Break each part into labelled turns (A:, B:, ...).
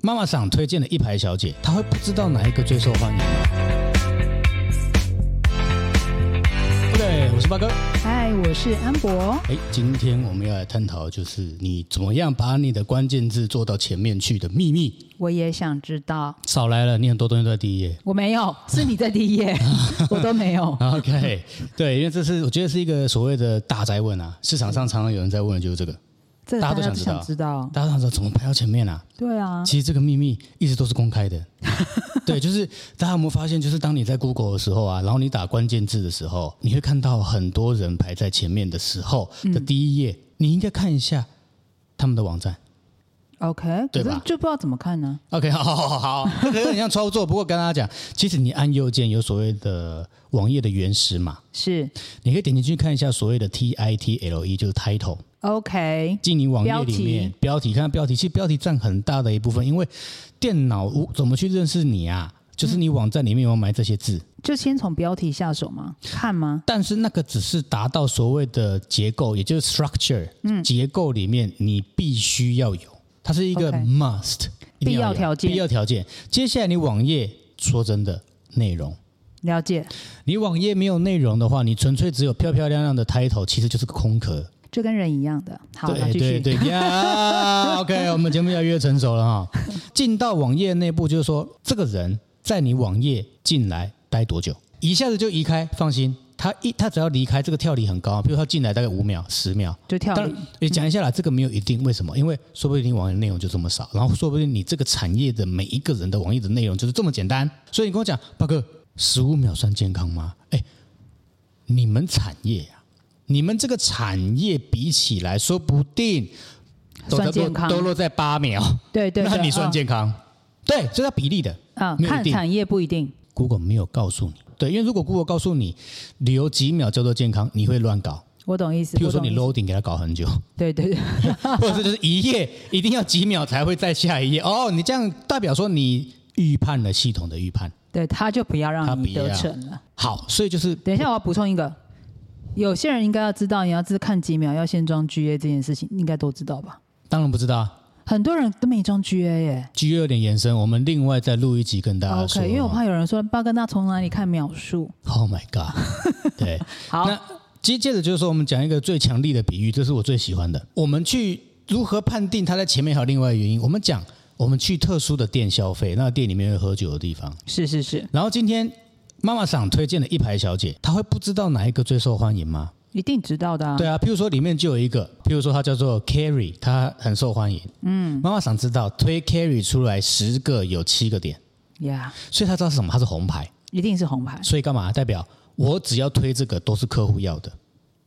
A: 妈妈桑推荐的一排小姐，她会不知道哪一个最受欢迎吗？OK，我是八哥。
B: 嗨，我是安博。
A: 哎，今天我们要来探讨的就是你怎么样把你的关键字做到前面去的秘密。
B: 我也想知道，
A: 少来了，你很多东西都在第一页。
B: 我没有，是你在第一 页，我都没有。
A: OK，对，因为这是我觉得是一个所谓的大灾问啊，市场上常常有人在问的就是这个，
B: 这
A: 大家都想
B: 知
A: 知道
B: 知道，
A: 大家想知道怎么排到前面啊？
B: 对啊，
A: 其实这个秘密一直都是公开的。对，就是大家有没有发现，就是当你在 Google 的时候啊，然后你打关键字的时候，你会看到很多人排在前面的时候的第一页，你应该看一下他们的网站。
B: OK，可
A: 对吧
B: 是就不知道怎么看呢？
A: OK，好好好好，这个有点像操作。不过跟大家讲，其实你按右键有所谓的网页的原始码，
B: 是
A: 你可以点进去看一下所谓的 TITLE，就是 E，title。
B: OK，
A: 进你网页里面标题，看看标题，其实标题占很大的一部分，因为电脑无怎么去认识你啊？就是你网站里面有没有埋这些字，
B: 就先从标题下手吗？看吗？
A: 但是那个只是达到所谓的结构，也就是 structure，结
B: 嗯
A: 构里面你必须要有，它是一个
B: OK
A: must，一定要有
B: 必要条件
A: 必要条件。接下来你网页，说真的，内容。
B: 了解，
A: 你网页没有内容的话，你纯粹只有漂漂亮亮的 title，其实就是个空壳。
B: 就跟人一样的。好，
A: 对
B: 那继
A: 对
B: 续。
A: 对 呀，OK，我们节目越来越成熟了哈。进到网页内部，就是说这个人在你网页进来待多久，一下子就移开，放心，他一他只要离开，这个跳离很高，比如他进来大概五秒、十秒。
B: 就跳
A: 当
B: 离
A: 然，也讲一下啦，这个没有一定，为什么？因为说不定你网页内容就这么少，然后说不定你这个产业的每一个人的网页的内容就是这么简单。所以你跟我讲，八哥，十五秒算健康吗？哎，你们产业啊，你们这个产业比起来，说不定都在
B: 算健康
A: 都落在八秒，
B: 对对对，
A: 那你算健康？对，这是它比例的。
B: 啊？
A: 没有
B: 看
A: 一定
B: 产业不一定。
A: Google 没有告诉你，对，因为如果 Google 告诉你留几秒叫做健康，你会乱搞。
B: 我懂意思。
A: 譬如说
B: 我懂
A: 你
B: 意思
A: loading 给它搞很久，
B: 对对对，
A: 或者是就是一页一定要几秒才会再下一页。哦，你这样代表说你预判了系统的预判。
B: 对，他就不要
A: 他
B: 让
A: 不
B: 你得
A: 要
B: 逞了。
A: 好，所以就是
B: 等一下，我要补充一个，有些人应该要知道，你要只看几秒要先装 GA 这件事情，应该都知道吧？
A: 当然不知道啊
B: 很多人都没装 GA 耶。
A: ，G 有点延伸，我们另外再录一集跟大家说。
B: OK，因为我怕有人说巴哥那从哪里看秒数？
A: Oh my god！对，
B: 好，
A: 那接接着就是说，我们讲一个最强力的比喻，这是我最喜欢的。我们去如何判定它在前面还有另外一个原因？我们讲，我们去特殊的店消费，那店里面会喝酒的地方。
B: 是是是，
A: 然后今天妈妈桑推荐的一排小姐，她会不知道哪一个最受欢迎吗？
B: 一定知道的啊。
A: 对啊，譬如说里面就有一个，譬如说它叫做 Carry，它很受欢迎。嗯，妈妈桑知道推 Carry 出来十个有七个点，
B: 呀
A: 所以她知道是什么，它是红牌。
B: 一定是红牌。
A: 所以干嘛？代表我只要推这个都是客户要的。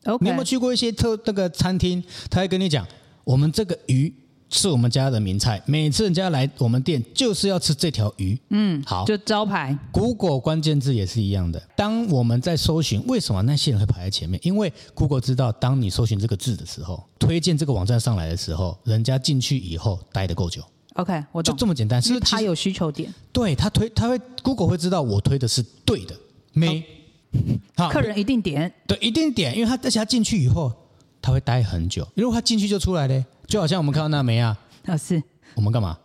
B: OK，
A: 你有没有去过一些特那个餐厅，他会跟你讲，我们这个鱼是我们家的名菜，每次人家来我们店就是要吃这条鱼。嗯，好
B: 就招牌
A: ，Google 关键字也是一样的。当我们在搜寻为什么那些人会排在前面，因为 Google 知道，当你搜寻这个字的时候，推荐这个网站上来的时候，人家进去以后待得够久，
B: OK，我
A: 就
B: 懂。
A: 这么简单。是
B: 因
A: 不
B: 为
A: 是其
B: 他
A: 实
B: 有需求点，
A: 对他推，他会 Google 会知道我推的是对的，没。好
B: 哦客人一定点。
A: 对，一定点，因为他而且他进去以后，他会待很久。如果他进去就出来嘞，就好像我们看到那梅啊，
B: 啊是
A: 我们干嘛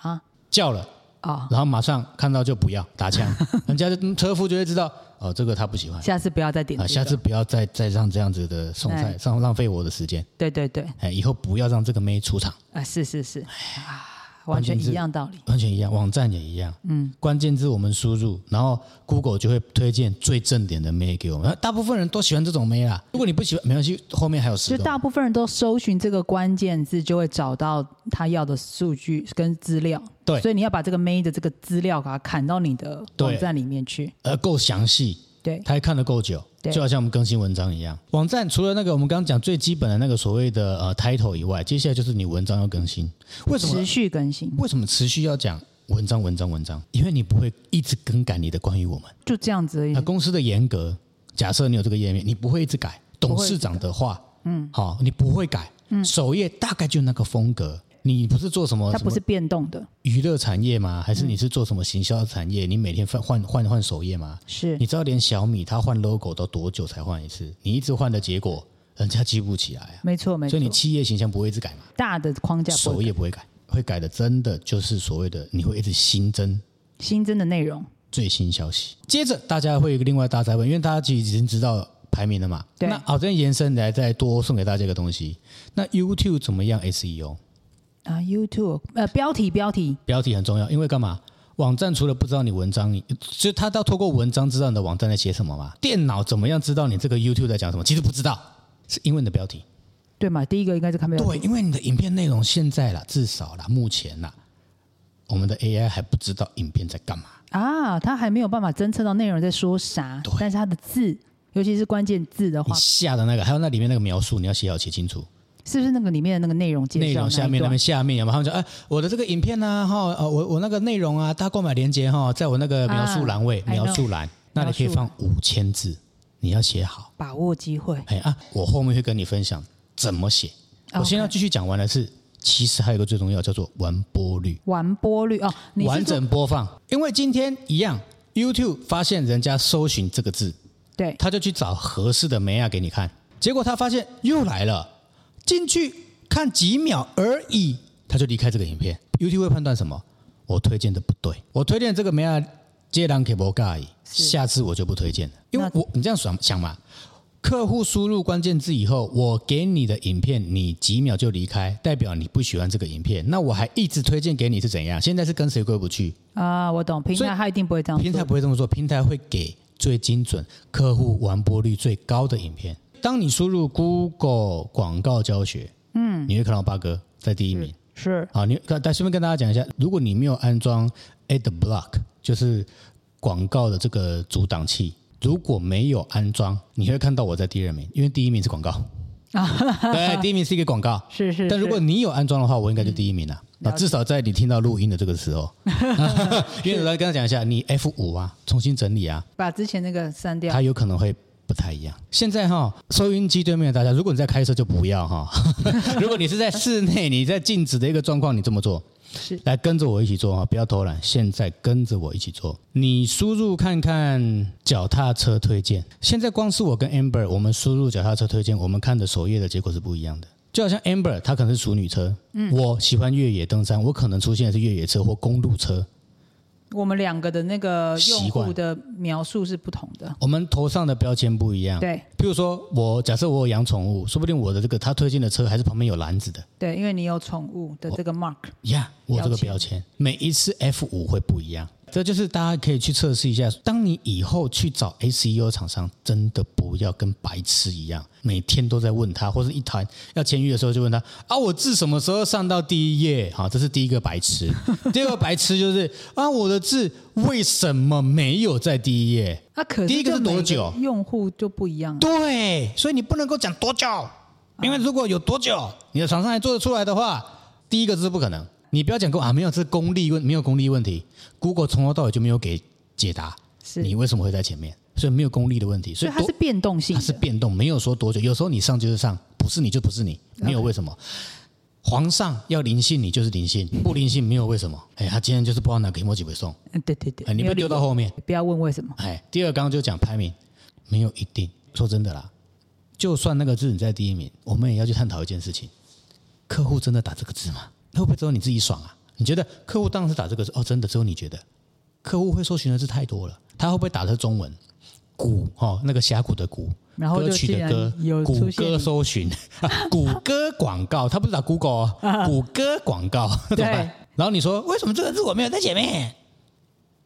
B: 啊
A: 叫了，
B: 哦，
A: 然后马上看到就不要打 枪，人家就嗯车夫就会知道哦，这个他不喜欢
B: 下次不要再点这
A: 啊，
B: 个。
A: 下次不要再再让这样子的送菜
B: 哎
A: 上浪费我的时间，
B: 对对对
A: 哎，以后不要让这个妹出场，
B: 啊是是是啊，完全一样道理。
A: 完全一样，网站也一样，嗯，关键字我们输入，然后 Google 就会推荐最正点的妹给我们，大部分人都喜欢这种妹啊啦，如果你不喜欢没关系，后面还有十
B: 就
A: 种。
B: 大部分人都搜寻这个关键字，就会找到他要的数据跟资料。
A: 对
B: 所以你要把这个 May 的这个资料给它砍到你的
A: 对
B: 网站里面去。
A: 呃，够详细，
B: 对，
A: 他还看得够久，
B: 对
A: 就好像我们更新文章一样。网站除了那个我们刚刚讲最基本的那个所谓的呃 title 以外，接下来就是你文章要更新。为什
B: 持
A: 么
B: 续更新，
A: 为什么持续要讲文章文章文章？因为你不会一直更改你的关于我们。
B: 就这样子而已
A: 那、。公司的严格，假设你有这个页面，你不会一直改。董事长的话，嗯，好、你不会改。嗯，首页大概就那个风格。你不是嗯做什么？
B: 它
A: 什么
B: 不是变动的，
A: 娱乐产业吗？还是你是做什么行销产业？你每天换换换换首页吗？
B: 是
A: 你知道连小米它换 logo 都多久才换一次？你一直换的结果，人家记不起来啊。
B: 没错没
A: 所
B: 错
A: 以。你企业形象不会一直改嘛，
B: 大的框架不
A: 首
B: 会
A: 啊页不会改，会改的，真的就是所谓的你会一直新增
B: 新增的内容，
A: 最新消息。接着大家会有一个另外大灾问，因为大家其实已经知道排名了嘛。
B: 对
A: 那好，这边延伸来再多送给大家一个东西。那 YouTube 怎么样 SEO？
B: 啊，YouTube 呃标题标题
A: 标题很重要，因为干嘛？网站除了不知道你文章，所以他要透过文章知道你的网站在写什么嘛？电脑怎么样知道你这个 YouTube 在讲什么？其实不知道，是因为你的标题。
B: 对嘛？第一个应该是看标题，
A: 对，因为你的影片内容现在啦，至少啦，目前啦，我们的 AI 还不知道影片在干嘛。
B: 啊，他还没有办法侦测到内容在说啥，但是他的字，尤其是关键字的
A: 你
B: 话，
A: 下的那个，还有那里面那个描述，你要写好写清楚。
B: 是不是那个里面的那个内容介绍
A: 内容下面
B: 那
A: 那
B: 一段
A: 边下面有没有？他们说，哎，我的这个影片呢，哈，呃，我我那个内容啊，大家购买链接哈，在我那个描述栏位，
B: 啊，I know
A: 描述栏，那你可以放五千字，你要写好。
B: 把握机会
A: 哎啊，我后面会跟你分享怎么写。
B: OK
A: 我现在要继续讲完的是，其实还有一个最重要叫做完播率。
B: 完播率哦，你是
A: 完
B: 说
A: 整播放。因为今天一样，YouTube 发现人家搜寻这个字，
B: 对
A: 他就去找合适的美亚给你看，结果他发现又来了，进去看几秒而已，他就离开这个影片。YouTube 会判断什么？我推荐的不对，我推荐这个美亚接档给不介意，下次我就不推荐了，因为我你这样想想嘛。客户输入关键字以后，我给你的影片，你几秒就离开，代表你不喜欢这个影片。那我还一直推荐给你是怎样？现在是跟谁过不去？
B: 啊，我懂，平
A: 所以
B: 台他一定不会这样做，
A: 平台不会这么做，平台会给最精准、客户完播率最高的影片。当你输入 Google 广告教学，嗯，你会看到八哥在第一名。
B: 是
A: 好，你但但顺便跟大家讲一下，如果你没有安装 Ad Block，就是广告的这个阻挡器，如果没有安装，你会看到我在第二名，因为第一名是广告。对，第一名是一个广告。
B: 是是，嗯
A: 但如果你有安装的话，我应该就第一名了。那至少在你听到录音的这个时候， 因为我来跟他讲一下，你 F 五啊，重新整理啊，
B: 把之前那个删掉，
A: 它有可能会不太一样。现在哈、收音机对面的大家，如果你在开车就不要哈、 如果你是在室内，你在静止的一个状况，你这么做。
B: 是
A: 来跟着我一起做啊哈，不要偷懒。现在跟着我一起做，你输入看看脚踏车推荐。现在光是我跟 Amber，我们输入脚踏车推荐，我们看的首页的结果是不一样的。就好像 Amber，她可能是熟女车，我喜欢越野登山，我可能出现的是越野车或公路车。
B: 我们两个的那个用
A: 习
B: 户
A: 惯
B: 的描述是不同的，
A: 我们头上的标签不一样。，
B: 对
A: 譬如说我假设我有养宠物，说不定我的这个他推荐的车还是旁边有篮子的。
B: 对，因为你有宠物的
A: 哦
B: 这个 mark，
A: 呀、我有这个标签，每一次 F 五会不一样，这就是大家可以去测试一下。当你以后去找 SEO 厂商，真的不要跟白痴一样，每天都在问他，或者一谈要签约的时候就问他啊，我字什么时候上到第一页？好，这是第一个白痴。第二个白痴就是啊，我的字为什么没有在第一页？
B: 那啊可是
A: 第一个
B: 就是
A: 多
B: 每
A: 久
B: 用户就不一样啊，
A: 对，所以你不能够讲多久，因为如果有多久，你的厂商还做得出来的话，第一个是不可能。你不要讲过啊，没有这是功利问，没有功利问题。Google 从头到尾就没有给解答，
B: 是
A: 你为什么会在前面？所以没有功利的问题，所
B: 所以
A: 以
B: 它
A: 多
B: 是变动性
A: 它是
B: 的，
A: 变动，没有说多久。有时候你上就是上，不是你就不是你，没有为什么。皇上要灵性，你就是灵性；不灵性，没有为什么。哎，他今天就是不知道哪个 emoji 会送，
B: 嗯，对对对，
A: 哎，你
B: 没
A: 被
B: 有理
A: 丢到
B: 由
A: 后面。
B: 不要问为什么，
A: 哎，第二刚刚就讲排名，没有一定。说真的啦，就算那个字你在第一名，我们也要去探讨一件事情：客户真的打这个字吗？会不会只有你自己爽啊？你觉得客户当时打这个字，哦，真的只有你觉得？客户会搜寻的字太多了，他会不会打的是中文？谷哦，那个峡谷的谷，
B: 然后就
A: 歌曲
B: 竟
A: 的
B: 然
A: 歌，
B: 有
A: 谷
B: 出现
A: 歌搜寻，谷歌广告，他不是打 Google 哦，谷歌广告，怎么办
B: 对？
A: 然后你说为什么这个字我没有在前面？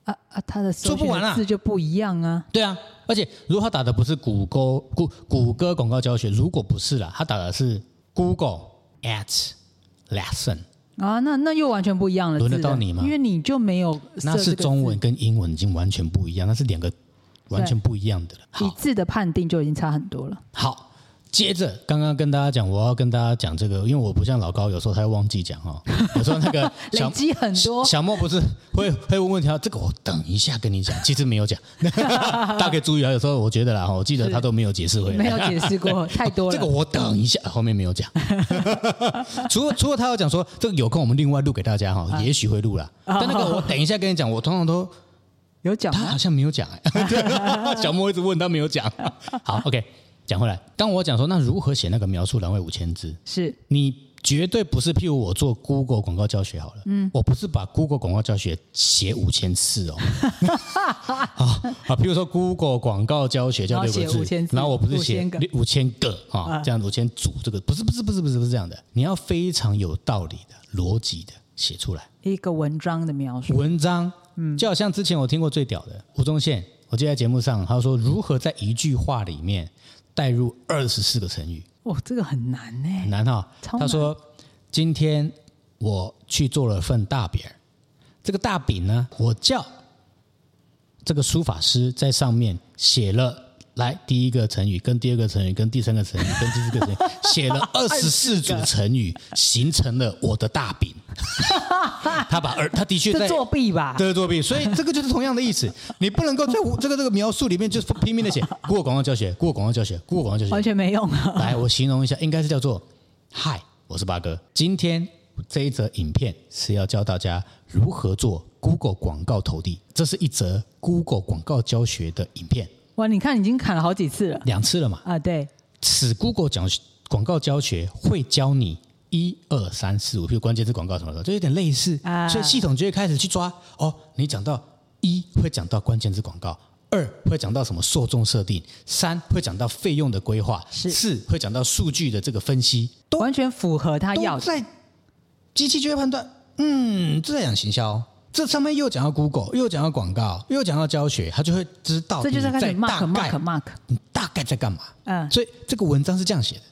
B: 啊啊，它的搜
A: 做不
B: 寻的
A: 完啊
B: 字就不一样啊，
A: 对啊，而且如果他打的不是谷歌谷谷歌广告教学，如果不是啦，他打的是 Google at lesson，
B: 啊，那那又完全不一样了，
A: 轮得
B: 字的
A: 到你吗
B: 因为你就没有
A: 那
B: 设这
A: 是
B: 个
A: 中
B: 字
A: 文，跟英文已经完全不一样，那是两个完全不一样的了。
B: 你
A: 好，
B: 字的判定就已经差很多了，
A: 好，接着刚刚跟大家讲，我要跟大家讲这个，因为我不像老高，有时候他会忘记讲 哦，有时候那个
B: 累
A: 小
B: 积很多，
A: 小莫不是会会问问题啊？这个我等一下跟你讲，其实没 有讲，大家可以注意啊。有时候我觉得啦，我记得他都没有解释回来，
B: 没有解 释过，太多
A: 这个
B: 了，
A: 我等一 下，后面没有讲。除了除了他有讲说这个有空我们另外录给大家
B: 啊
A: 哈，也许会录啦。但那个我等一下跟你讲，我通常都
B: 有讲
A: 他
B: 吗
A: 好像没有讲 哎、对小莫一直问他没有讲。好，OK，讲回来，当我讲说那如何写那个描述栏位五千字，
B: 是
A: 你绝对不是，譬如我做 Google 广告教学好了，嗯，我不是把 Google 广告教学写五千次 哦，啊，譬如说 Google 广告教学教
B: 然后
A: 六个
B: 写5000
A: 字，
B: 字
A: 然后我不是写
B: 5000个
A: 六五千个啊，这样子五千组这个不是不是不是不是不是这样的，你要非常有道理的、逻辑的写出 来。
B: 一个文章的描述，
A: 文章，
B: 嗯
A: 就好像之前我听过最屌的吴宗宪，我记得在节目上他说如何在一句话里面带入二十四个成语，
B: 哇，哦这个很难呢、
A: 很难哈、
B: 超
A: 他
B: 难
A: 说今天我去做了份大饼儿，这个大饼呢，我叫这个书法师在上面写了。来，第一个成语跟第二个成语跟第三个成语跟第四个成语，写了二十四组成 语，形成了我的大饼。他把二，他的确
B: 这
A: 在
B: 作弊吧？
A: 对作弊，所以这个就是同样的意思。你不能够在这个这个描述里面就是拼命的写 Google 广告教学，Google 广告教学，Google 广告教
B: 完
A: 学。
B: 全没用啊！
A: 来，我形容一下，应该是叫做“嗨，我是八哥”。今天这一则影片是要教大家如何做 Google 广告投递，这是一则 Google 广告教学的影片，
B: 哇，你看已经砍了好几次了
A: 两次了嘛。
B: 啊！对，
A: 此 Google 讲广告教学会教你一二三四五，譬如关键字广告什么的，就有点类似，
B: 啊
A: 所以系统就会开始去抓哦。你讲到一会讲到关键字广告，二会讲到什么受众设定，三会讲到费用的规划，
B: 是
A: 四会讲到数据的这个分析，
B: 完全符合他哎
A: 都
B: 要的，
A: 在机器就会判断，嗯，这在讲行销。这上面又讲到 Google，又讲到广告，又讲到教学，他就会知道
B: 这就是
A: 你
B: 开
A: 在
B: 始 mark
A: 大概
B: mark mark。
A: 你大概在干嘛。
B: 嗯
A: 所以这个文章是这样写的。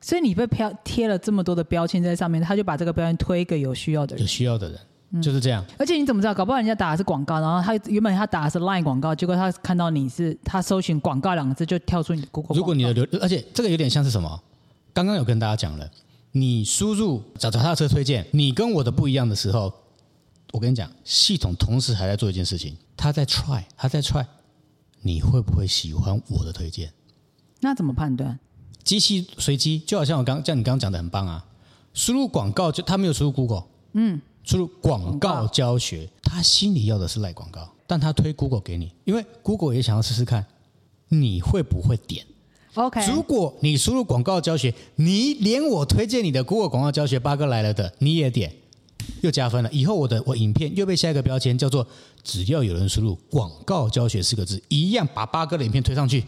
B: 所以你被标贴了这么多的标签在上面，他就把这个标签推给有需要的人
A: 有。需要的人，
B: 嗯
A: 就是这样。
B: 而且你怎么知道？搞不好人家打的是广告，然后他原本他打的是 LINE 广告，结果他看到你是他搜寻“广告”两个字，就跳出你的 Google 广告。
A: 如果你的流，而且这个有点像是什么？刚刚有跟大家讲了，你输入找脚踏车推荐，你跟我的不一样的时候，我跟你讲，系统同时还在做一件事情，他在 try，他在 try，你会不会喜欢我的推荐？
B: 那怎么判断？
A: 机器随机，就好像我刚像你刚刚讲的很棒啊，输入广告就他没有输入 Google，嗯，输入广告教学，他心里要的是赖广告，但他推 Google 给你，因为 Google 也想要试试看你会不会点。
B: OK，
A: 如果你输入广告教学，你连我推荐你的 Google 广告教学八哥来了的，你也点，又加分了。以后我的我影片又被下一个标签叫做“只要有人输入广告教学”四个字，一样把八哥的影片推上去。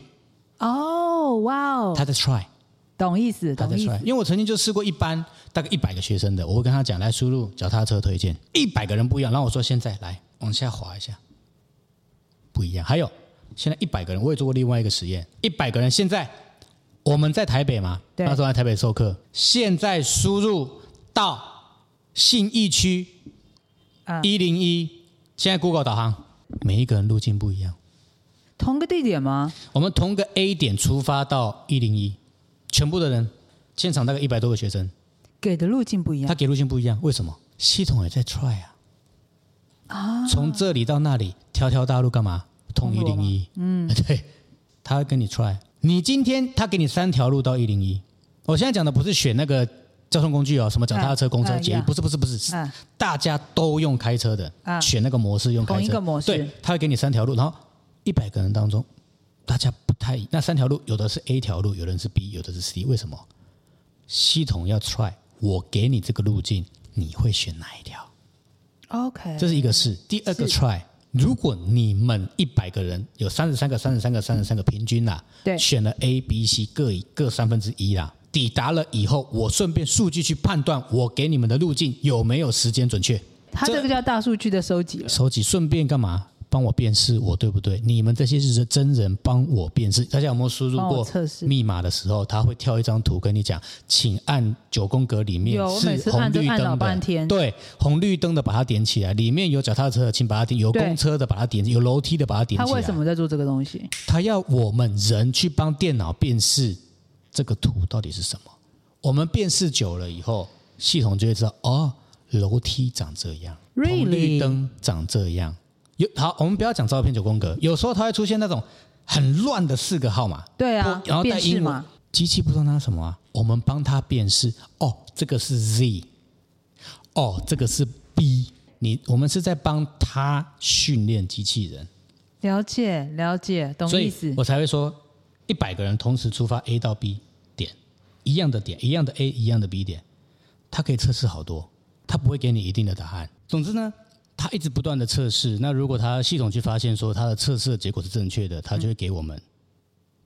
B: 哦，哇哦，
A: 他在 try，
B: 懂意思，
A: 他
B: 懂
A: 在
B: 意思
A: try，，因为我曾经就试过一班大概一百个学生的，我会跟他讲来输入脚踏车推荐，一百个人不一样。然后我说现在来往下滑一下，不一样。还有现在一百个人，我也做过另外一个实验，一百个人现在我们在台北嘛，
B: 对
A: 那时候在台北授课，现在输入到信义区
B: 啊
A: 一零一，现在 Google 导航，每一个人路径不一样。
B: 同个地点吗？
A: 我们同个 A 点出发到一零一，全部的人，现场大概一百多个学生，
B: 给的路径不一
A: 他
B: 样，
A: 给路线不一样，为什么？系统也在 try 啊，啊，从这里到那里，条条大路干嘛？通一
B: 通罗
A: 零
B: 马
A: 一，嗯， 对，他会跟你 try。你今天他给你三条路到一零一，我现在讲的不是选那个交通工具哦，什么脚踏车、
B: 嗯
A: 公车、
B: 嗯
A: 捷运，
B: 呀
A: 不是不是不是，是
B: 嗯
A: 大家都用开车的，
B: 嗯
A: 选那个模式用开车，
B: 同一个模式
A: 对，他会给你三条路，然后一百个人当中，大家不太一那三条路，有的是 A 条路，有的是 B，有的是 C，为什么？系统要 try，我给你这个路径，你会选哪一条？
B: OK，
A: 这是一个试。第二个 try，如果你们一百个人有三十三个、三十三个、三十三个平均啦，
B: 对
A: 选了 A、B、C 各一各三分之一啦，抵达了以后，我顺便数据去判断我给你们的路径有没有时间准确。
B: 他这个叫大数据的收集了。
A: 收集，顺便干嘛？帮我辨识我对不对？你们这些是真人帮我辨识，大家有没有输入
B: 帮我
A: 过
B: 测试
A: 密码的时候，他会跳一张图跟你讲，请按九宫格里面
B: 有我每
A: 是
B: 次
A: 红
B: 按都
A: 绿
B: 按老
A: 灯
B: 半
A: 的，
B: 天
A: 对，红绿灯的把它点起来，里面有脚踏车的请把它点，有
B: 对
A: 公车的把它点，有楼梯的把它点
B: 他
A: 起来。
B: 为什么在做这个东西？
A: 他要我们人去帮电脑辨识这个图到底是什么。我们辨识久了以后，系统就会知道哦，楼梯长这样
B: Really？
A: 红绿灯长这样。有好，我们不要讲照片九宫格，有时候它会出现那种很乱的四个号码，
B: 对啊
A: 然后带
B: 辨识
A: 英文
B: 嘛，
A: 机器不知道它什么啊，我们帮它辨识。哦，这个是 Z，哦，这个是 B。你我们是在帮它训练机器人。
B: 了解了解，懂
A: 所
B: 意
A: 以
B: 思。
A: 我才会说，一百个人同时出发 A 到 B 点，一样的点，一样的 A，一样的 B 点，它可以测试好多，它不会给你一定的答案。总之呢，它一直不断的测试。那如果它系统去发现说它的测试的结果是正确的，它就
B: 嗯
A: 会给我们、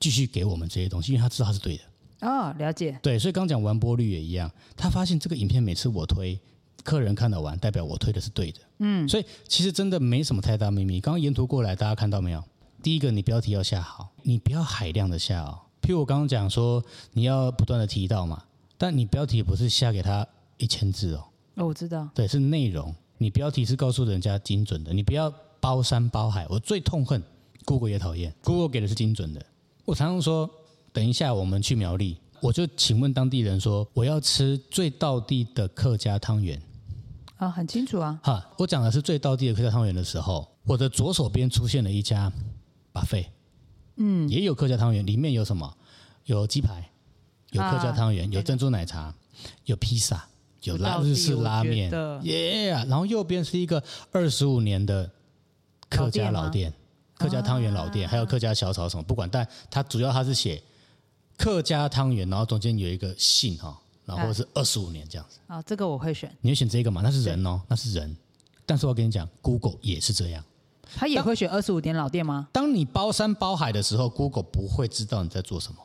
A: 继续给我们这些东西，因为它知道它是对的。
B: 哦，了解，
A: 对，所以刚讲完播率也一样，他发现这个影片每次我推，客人看得完，代表我推的是对的。嗯，所以其实真的没什么太大秘密。刚刚沿途过来，大家看到没有？第一个，你标题要下好，你不要海量的下哦。譬如我刚刚讲说，你要不断的提到嘛，但你标题不是下给他一千字哦，
B: 哦，我知道，
A: 对，是内容。你标题是告诉人家精准的，你不要包山包海。我最痛恨 Google 也讨厌，Google 给的是精准的。我常常说，等一下我们去苗栗，我就请问当地人说，我要吃最道地的客家汤圆。
B: 啊，很清楚啊，
A: 哈，我讲的是最道地的客家汤圆的时候，我的左手边出现了一家 buffet，嗯，也有客家汤圆，里面有什么？有鸡排，有
B: 啊
A: 客家汤圆，有珍珠奶茶，有披萨，有拉
B: 不到地
A: 日式拉面
B: 我觉，得
A: 耶然后右边是一个二十五年的客家老
B: 老啊
A: 店，客家汤圆老店，还有客家小炒什么，不管，但它主要它是写客家汤圆，然后中间有一个姓哈，然后是二十五年这样子。
B: 啊，这个我会选，
A: 你会选这个嘛？那是人哦，那是人。但是我跟你讲，Google 也是这样。
B: 他也会选二十五点老店吗？
A: 当你包山包海的时候，Google 不会知道你在做什么。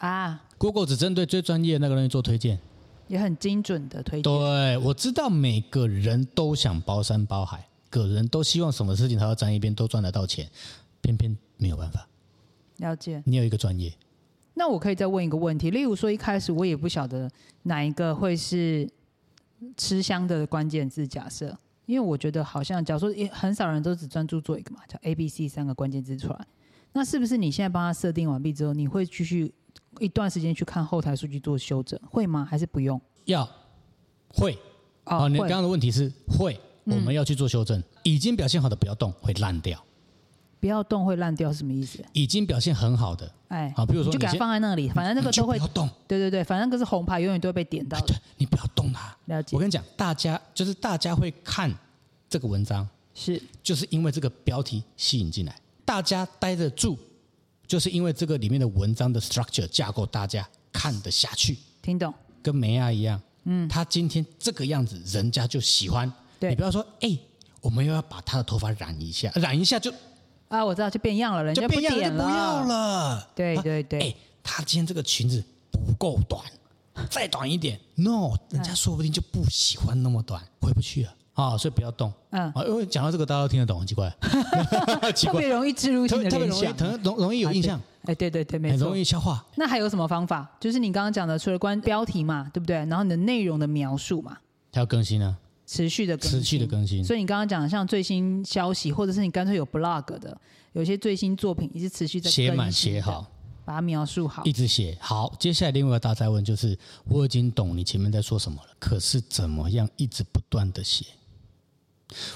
B: 啊，
A: Google 只针对最专业的那个人做推荐。
B: 也很精准的推荐，
A: 对，我知道每个人都想包山包海，个人都希望什么事情他要沾一边都赚得到钱，偏偏没有办法。
B: 了解。
A: 你有一个专业，
B: 那我可以再问一个问题，例如说一开始我也不晓得哪一个会是吃香的关键字假设，因为我觉得好像假如说也很少人都只专注做一个嘛，叫 A、B、C 三个关键字出来，那是不是你现在帮他设定完毕之后，你会继续一段时间去看后台数据做修整，会吗？还是不用？
A: 要会
B: 哦，
A: 你
B: 会嗯
A: 刚刚的问题是会，我们要去做修正。已经表现好的不要动，会烂掉；
B: 不要动会烂掉是什么意思？
A: 已经表现很好的，
B: 哎，
A: 好比如说
B: 你就
A: 你
B: 给它
A: 先
B: 放在那里，反正那个
A: 你就
B: 都会呃
A: 不要，动，
B: 对对对，反正那个是红牌，永远都会被点到
A: 哎，
B: 的
A: 对。你不要动啊它。
B: 了 解
A: 我跟你讲，大家就是大家会看这个文章，
B: 是
A: 就是因为这个标题吸引进来，大家待得住，就是因为这个里面的文章的 structure 架构，大家看得下去，
B: 听懂？
A: 跟梅亚一样，嗯，他今天这个样子，人家就喜欢。
B: 对
A: 你不要说，哎、我们又要把他的头发染一下，染一下就
B: 啊，我知道就变样了，人
A: 就
B: 家不
A: 变样了，
B: 点
A: 就不要了。
B: 对对对
A: 哎、他今天这个裙子不够 短，再短一点，no，人家说不定就不喜欢那么短，回不去了啊、所以不要动。
B: 嗯
A: 啊，因为讲到这个，大家都听得懂，很 奇怪，奇
B: 特
A: 怪，
B: 别容易植入
A: 特
B: 性
A: 别
B: 的
A: 特别
B: 联
A: 容易，
B: 想，
A: 特容容易有印象，
B: 哎，对对对，没
A: 很
B: 错
A: 容。易消化。
B: 那还有什么方法？就是你刚刚讲的，除了关标题嘛，对不对？然后你的内容的描述嘛，
A: 它要更新啊，
B: 持续的更新
A: 持续的更新。
B: 所以你刚刚讲的像最新消息，或者是你干脆有 blog 的，有些最新作品也是持续在
A: 写满
B: 更新的
A: 写好，嗯
B: 把它描述好
A: 一。直写好。接下来另外一个大灾问就是，我已经懂你前面在说什么了，可是怎么样一直不断的写？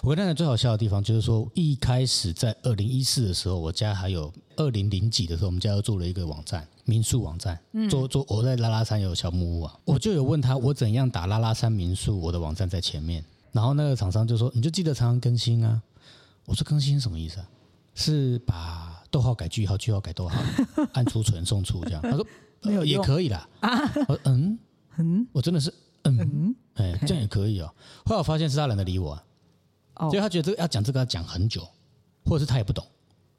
A: 我跟大家最好笑的地方就是说，一开始在二零一四的时候，我家还有二零零几的时候，我们家又做了一个网站，民宿网站，做做我在拉拉山有小木屋啊，我就有问他我怎样打拉拉山民宿，我的网站在前面，然后那个厂商就说你就记得常常更新啊，我说更新是什么意思啊？是把逗号改句号，句号改逗号， 按储存送出这样。他说
B: 没有
A: 呃也
B: 用啊
A: 可以啦。我说嗯嗯，我真的是嗯哎，这样也可以哦。后来我发现是他懒得理我、啊，
B: 哦
A: 所以他觉得这个要讲这个要讲很久，或者是他也不懂，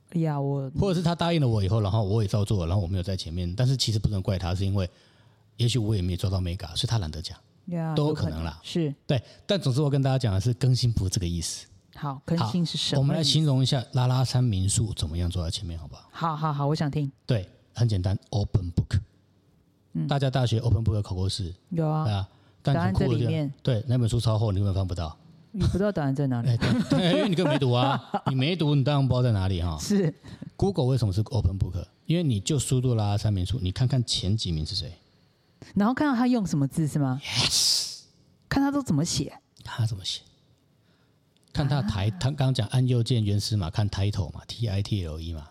B: 哎呀，我
A: 或者是他答应了我以后，然后我也照做了，然后我没有在前面。但是其实不能怪他，是因为也许我也没有抓到 mega，所以他懒得讲。
B: 呀
A: 都有
B: 有
A: 可能啦
B: 是
A: 对，但总之我跟大家讲的是更新不是这个意思。
B: 好更
A: 好
B: 新是什么？
A: 我们来形容一下拉拉山民宿怎么样坐在前面，好不好？
B: 好好好，我想听。
A: 对，很简单，Open Book。大
B: 嗯
A: 家大学 Open Book 的考过试，
B: 有
A: 对
B: 啊，
A: 啊，但
B: 答
A: 很
B: 案在
A: 酷的地
B: 里
A: 方
B: 面
A: 对，那本书超厚，你根本翻不 到。
B: 你不知道答案在哪 里？
A: 哎，对对，因为你根本没读啊，你没读，你当然不知道在哪里哈。
B: 是
A: Google 为什么是 Open Book？因为你就输入拉拉山民宿，你看看前几名是谁，
B: 然后看到他用什么字是吗看他都怎么写，
A: 他怎么写？看他的
B: 啊
A: 台，他刚刚讲按右键原始码看 title 嘛，T I T L E 嘛，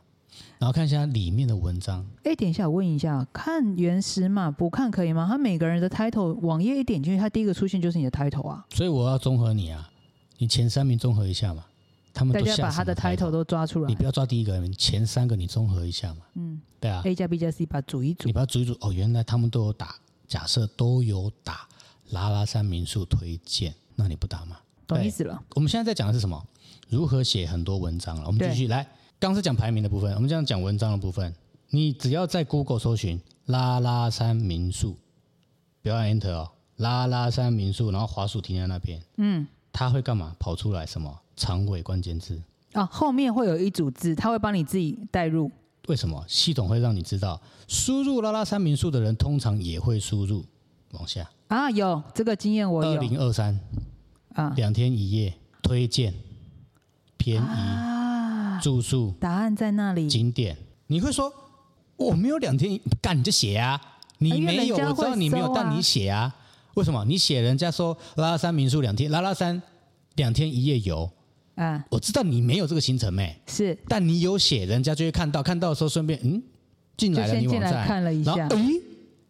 A: 然后看一下里面的文章，
B: 哎，等一下，我问一下，看原始码不看可以吗？他每个人的 title 网页一点进去，他第一个出现就是你的 title 啊，
A: 所以我要综合你啊，你前三名综合一下嘛，他们
B: 大
A: 都
B: 家
A: 下
B: 把
A: 什
B: 他的
A: 么 title
B: title 都抓出来
A: 你不要抓第一个，你前三个你综合一下嘛。嗯，对啊，
B: ，A 加 B 加 C 把它组一组
A: 你，把它组一组，哦，原来他们都有打，假设都有打拉拉山民宿推荐，那你不打吗？
B: 懂
A: 对
B: 意思了。
A: 我们现在在讲的是什么？如何写很多文章了。我们继续来，刚是讲排名的部分，我们这样讲文章的部分。你只要在 Google 搜寻拉拉山民宿，不要按 Enter 哦，拉拉山民宿，然后滑鼠停在那边，嗯，它会干嘛？跑出来什么长尾关键字？
B: 啊，后面会有一组字，它会帮你自己代入。
A: 为什么系统会让你知道输入拉拉山民宿的人通常也会输入往下
B: 啊，有这个经验我
A: 二
B: 有
A: 零二三
B: 哦啊
A: 两天一夜推荐便宜、
B: 啊，嗯
A: 住宿
B: 答案在那里。
A: 景点，你会说我没有两天一，干你就写啊，你
B: 因为
A: 没有，
B: 人家
A: 我知道你没有
B: 会，搜啊
A: 但你写啊，为什么你写人家说拉拉山民宿两天，拉拉山两天一夜游，
B: 啊，
A: 我知道你没有这个行程没、
B: 是
A: 但你有写，人家就会看到，看到的时候顺便嗯进来了
B: 就先
A: 你网
B: 进来
A: 站
B: 看了一下
A: 然后诶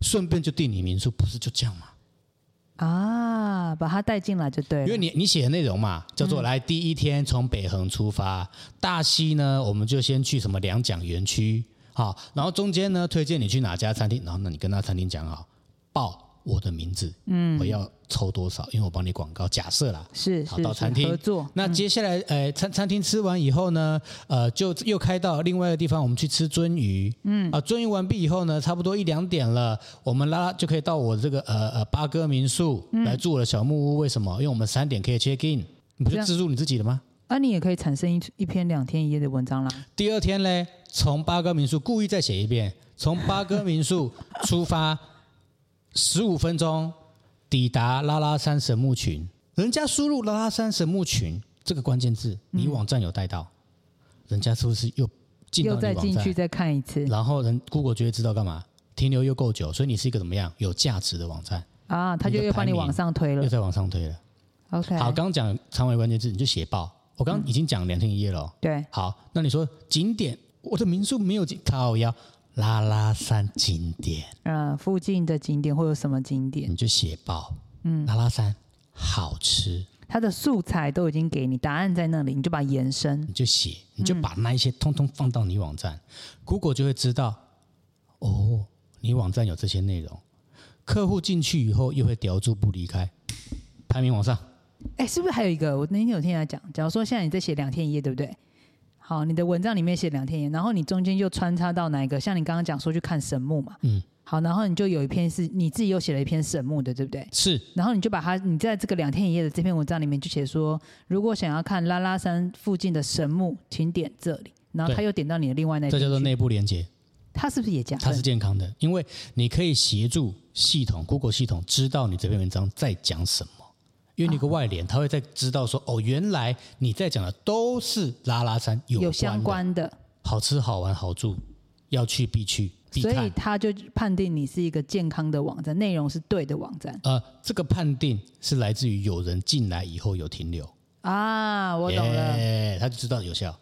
A: 顺便就订你民宿，不是就这样吗？
B: 啊，把它带进来就对
A: 因为
B: 了。
A: 你你写的内容嘛，叫做来第一天从北横出发，大溪呢我们就先去什么两蒋园区，好，然后中间呢推荐你去哪家餐厅，然后呢你跟那餐厅讲好，报我的名字，嗯，我要抽多少，因为我帮你广告，假设啦。
B: 是
A: 好
B: 是
A: 到
B: 是
A: 餐厅
B: 合作，
A: 那接下来，呃，餐餐厅吃完以后呢，呃，就又开到另外一个地方，我们去吃鳟鱼。嗯，啊，鳟鱼完毕以后呢，差不多一两点了，我们拉拉就可以到我这个呃呃八哥民宿来住我的小木屋。为什么？因为我们三点可以 check in，你不
B: 这
A: 就
B: 样
A: 自助你自己的吗？
B: 啊，你也可以产生一一篇两天一夜的文章啦。
A: 第二天嘞，从八哥民宿故意再写一遍，从八哥民宿出发，十五分钟抵达拉拉山神木群。人家输入拉拉山神木群这个关键字，你网站有带到，人家是不是又进到
B: 又
A: 你
B: 再
A: 网
B: 进去
A: 站？
B: 再看一次
A: 然后人 Google 就会知道干嘛，停留又够久，所以你是一个怎么样有价值的网站，
B: 啊，它
A: 你
B: 就
A: 的
B: 又
A: 排
B: 帮你往
A: 名
B: 上推
A: 又
B: 了。
A: 在往上推了。
B: OK，
A: 好，刚刚讲长尾关键字，你就写爆。我刚刚
B: 嗯
A: 已经讲两天一夜了哦、
B: 对，
A: 好，那你说景点，我的民宿没有景，靠腰拉拉山景点，
B: 嗯，附近的景点会有什么景点？
A: 你就写爆，嗯，拉拉山好吃，
B: 它的素材都已经给你，答案在那里，你就把它延伸。
A: 你就写，你就把那一些通通放到你网站、g o o g l e 就会知道，哦，你网站有这些内容，客户进去以后又会叼住不离开，排名往上，
B: 哎，是不是还有一个？我那天有听他讲，假如说现在你在写两天一夜，对不对？好，你的文章里面写两天一夜，然后你中间又穿插到哪一个？像你刚刚讲说去看神木嘛，
A: 嗯，
B: 好，然后你就有一篇是你自己又写了一篇神木的，对不对？
A: 是
B: 然后你就把它，你在这个两天一夜的这篇文章里面就写说，如果想要看拉拉山附近的神木，请点这里。然后
A: 对
B: 他又点到你的另外那
A: 这
B: 篇
A: 叫做
B: 去，
A: 内部连接。
B: 他是不是也加
A: 它
B: 分
A: 是？健康的，因为你可以协助系统 Google 系统知道你这篇文章在讲什么，因为你有个外联，它会在知道说哦，原来你在讲的都是拉拉山有
B: 有
A: 关
B: 相
A: 的
B: 关的，
A: 好吃好玩好住，要去必去必
B: 所以
A: 看。
B: 他就判定你是一个健康的网站，内容是对的网站
A: 呃，这个判定是来自于有人进来以后有停留，
B: 啊。我懂了，
A: 耶他就知道有效。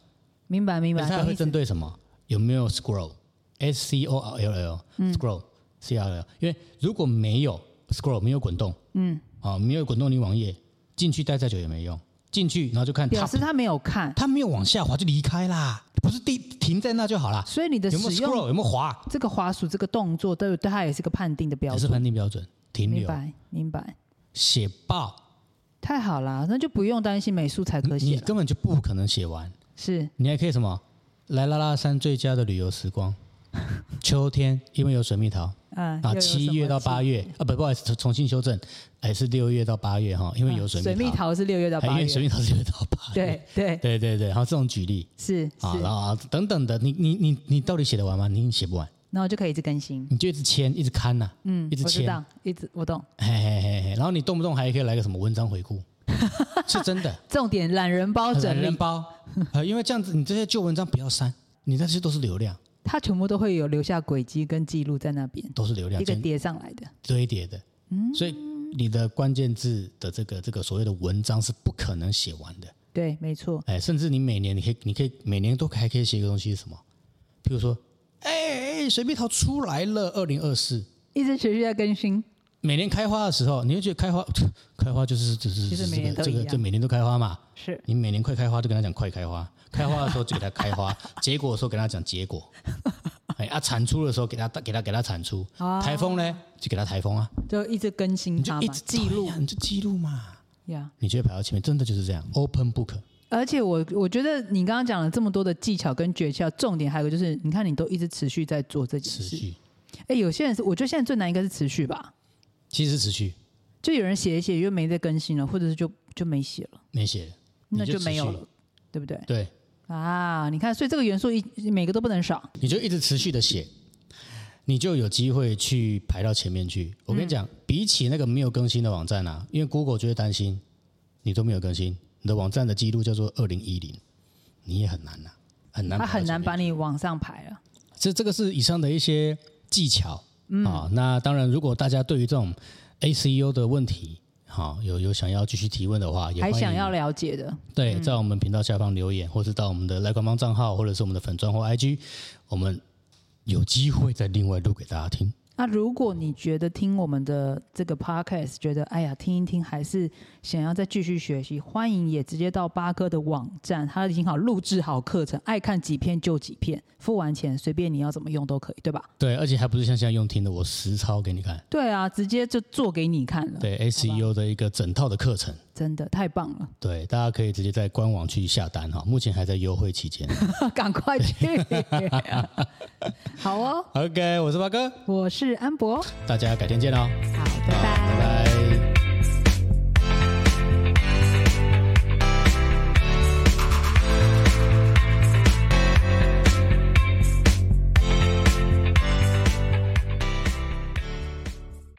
B: 明白明白，
A: 它
B: 懂
A: 会
B: 意
A: 针
B: 思。
A: 对什么？有没有 scroll？S C O R L L
B: 嗯
A: scroll C R L，因为如果没有 scroll，没有滚动，嗯，啊，没有滚动你网页进去待再久也没用，进去然后就看
B: 表示
A: top，
B: 他没有看，
A: 它没有往下滑就离开啦，不是地停在那就好啦。
B: 所以你的
A: 有没有
B: 使用
A: scroll？有没有滑？
B: 这个滑鼠这个动作，对对他也是个判定的标
A: 也是
B: 准。
A: 判定标准，停
B: 明
A: 留
B: 白明白，
A: 写爆，
B: 太好啦，那就不用担心美术才可
A: 你
B: 写了。
A: 根本就不可能写完，
B: 是
A: 你还可以什么？来拉拉山最佳的旅游时光， 秋天因为有水蜜桃，
B: 啊
A: 啊，七月到八
B: 月
A: 月啊，不不好意思，重重新修正，哎，是六月到八月哈，因为有水
B: 啊水蜜
A: 蜜桃，
B: 桃是六月到
A: 哎因
B: 八
A: 为
B: 月，
A: 水蜜桃是六月到八月，
B: 对对
A: 对对对，好，这种举例
B: 是是，
A: 啊，然后啊等等的，你你你你到底写得完吗？你写不完，
B: 然后就可以一直更新。
A: 你就一直签，一直看呐，
B: 嗯，
A: 一直
B: 我知
A: 签
B: 道，一直我懂。
A: 嘿嘿嘿嘿，然后你动不动还可以来个什么文章回顾，是真 的，
B: 重点懒人包
A: 懒
B: 整
A: 人
B: 理，
A: 包， 啊，因为这样子你这些旧文章不要删，你那些都是流量，
B: 它全部都会有留下轨迹跟记录在那边，
A: 都是流量
B: 一，个嗯
A: 简
B: 叠上来的。
A: 堆叠的，所以你的关键字的这个这个所谓的文章是不可能写完的。
B: 对，没错。
A: 哎，甚至你每年你可以，你可以每年都还可以写一个东西是什么？比如说，哎哎，水蜜桃出来了，二零二四，
B: 一直持续在更新，
A: 每年开花的时候，你会觉得开花， 开花就是就是
B: 其实每
A: 这
B: 年
A: 个
B: 都
A: 这
B: 一
A: 个
B: 样
A: 这每年都开花嘛。
B: 是
A: 你每年 快开花就跟他讲快开花，开花的时候就给他开花，结果的时候跟他讲结果，哎啊，产出的时候给它给它给它产出，
B: 哦
A: 台风呢就给它台风啊，
B: 就一直更新
A: 你
B: 它
A: 就
B: 嘛，
A: 一直
B: 记录
A: 对啊你就记录嘛，
B: 呀。
A: 你就会排到前面，真的就是这样，open book。
B: 而且我我觉得你刚刚讲了这么多的技巧跟诀窍，重点还有一个就是，你看你都一直持续在做这件
A: 持
B: 事。
A: 续，
B: 哎，有些人是，我觉得现在最难应该是持续吧，
A: 其实是持续
B: 就有人写一写又没再更新了，或者是就就没写了，
A: 没写，
B: 那
A: 你就
B: 就没有
A: 持续
B: 了，对不对？
A: 对，
B: 啊，你看，所以这个元素一每个都不能少。
A: 你就一直持续的写，你就有机会去排到前面去。我跟你讲，
B: 嗯
A: 比起那个没有更新的网站啊，因为 Google 就会担心你都没有更新，你的网站的记录叫做二零一零，你也很难呐、很难，
B: 他啊很难
A: 把。
B: 把你往上排啊了。
A: 这这个是以上的一些技巧啊、
B: 嗯
A: 那当然，如果大家对于这种 ACU 的问题，好、有有想要继续提问的话，也欢
B: 还
A: 迎
B: 想要了解的，
A: 对，在我们频道下方留言，或是到我们的赖官方账号，或者是我们的粉专或 IG，我们有机会再另外录给大家听。
B: 那如果你觉得听我们的这个 podcast 觉得哎呀听一听还是想要再继续学习，欢迎也直接到八哥的网站，他已经好录制好课程，爱看几片就几片，付完钱随便你要怎么用都可以，对吧？
A: 对，而且还不是像现在用听的，我实操给你看。
B: 对啊，直接就做给你看 了，
A: 对 SEO 的一个整套的课程，
B: 真的太棒了，
A: 对，大家可以直接在官网去下单哈，目前还在优惠期 间。
B: 赶 快去。好哦，
A: OK，我是八哥，
B: 我是安博，
A: 大家改天见喽，哦
B: 好，
A: 拜拜。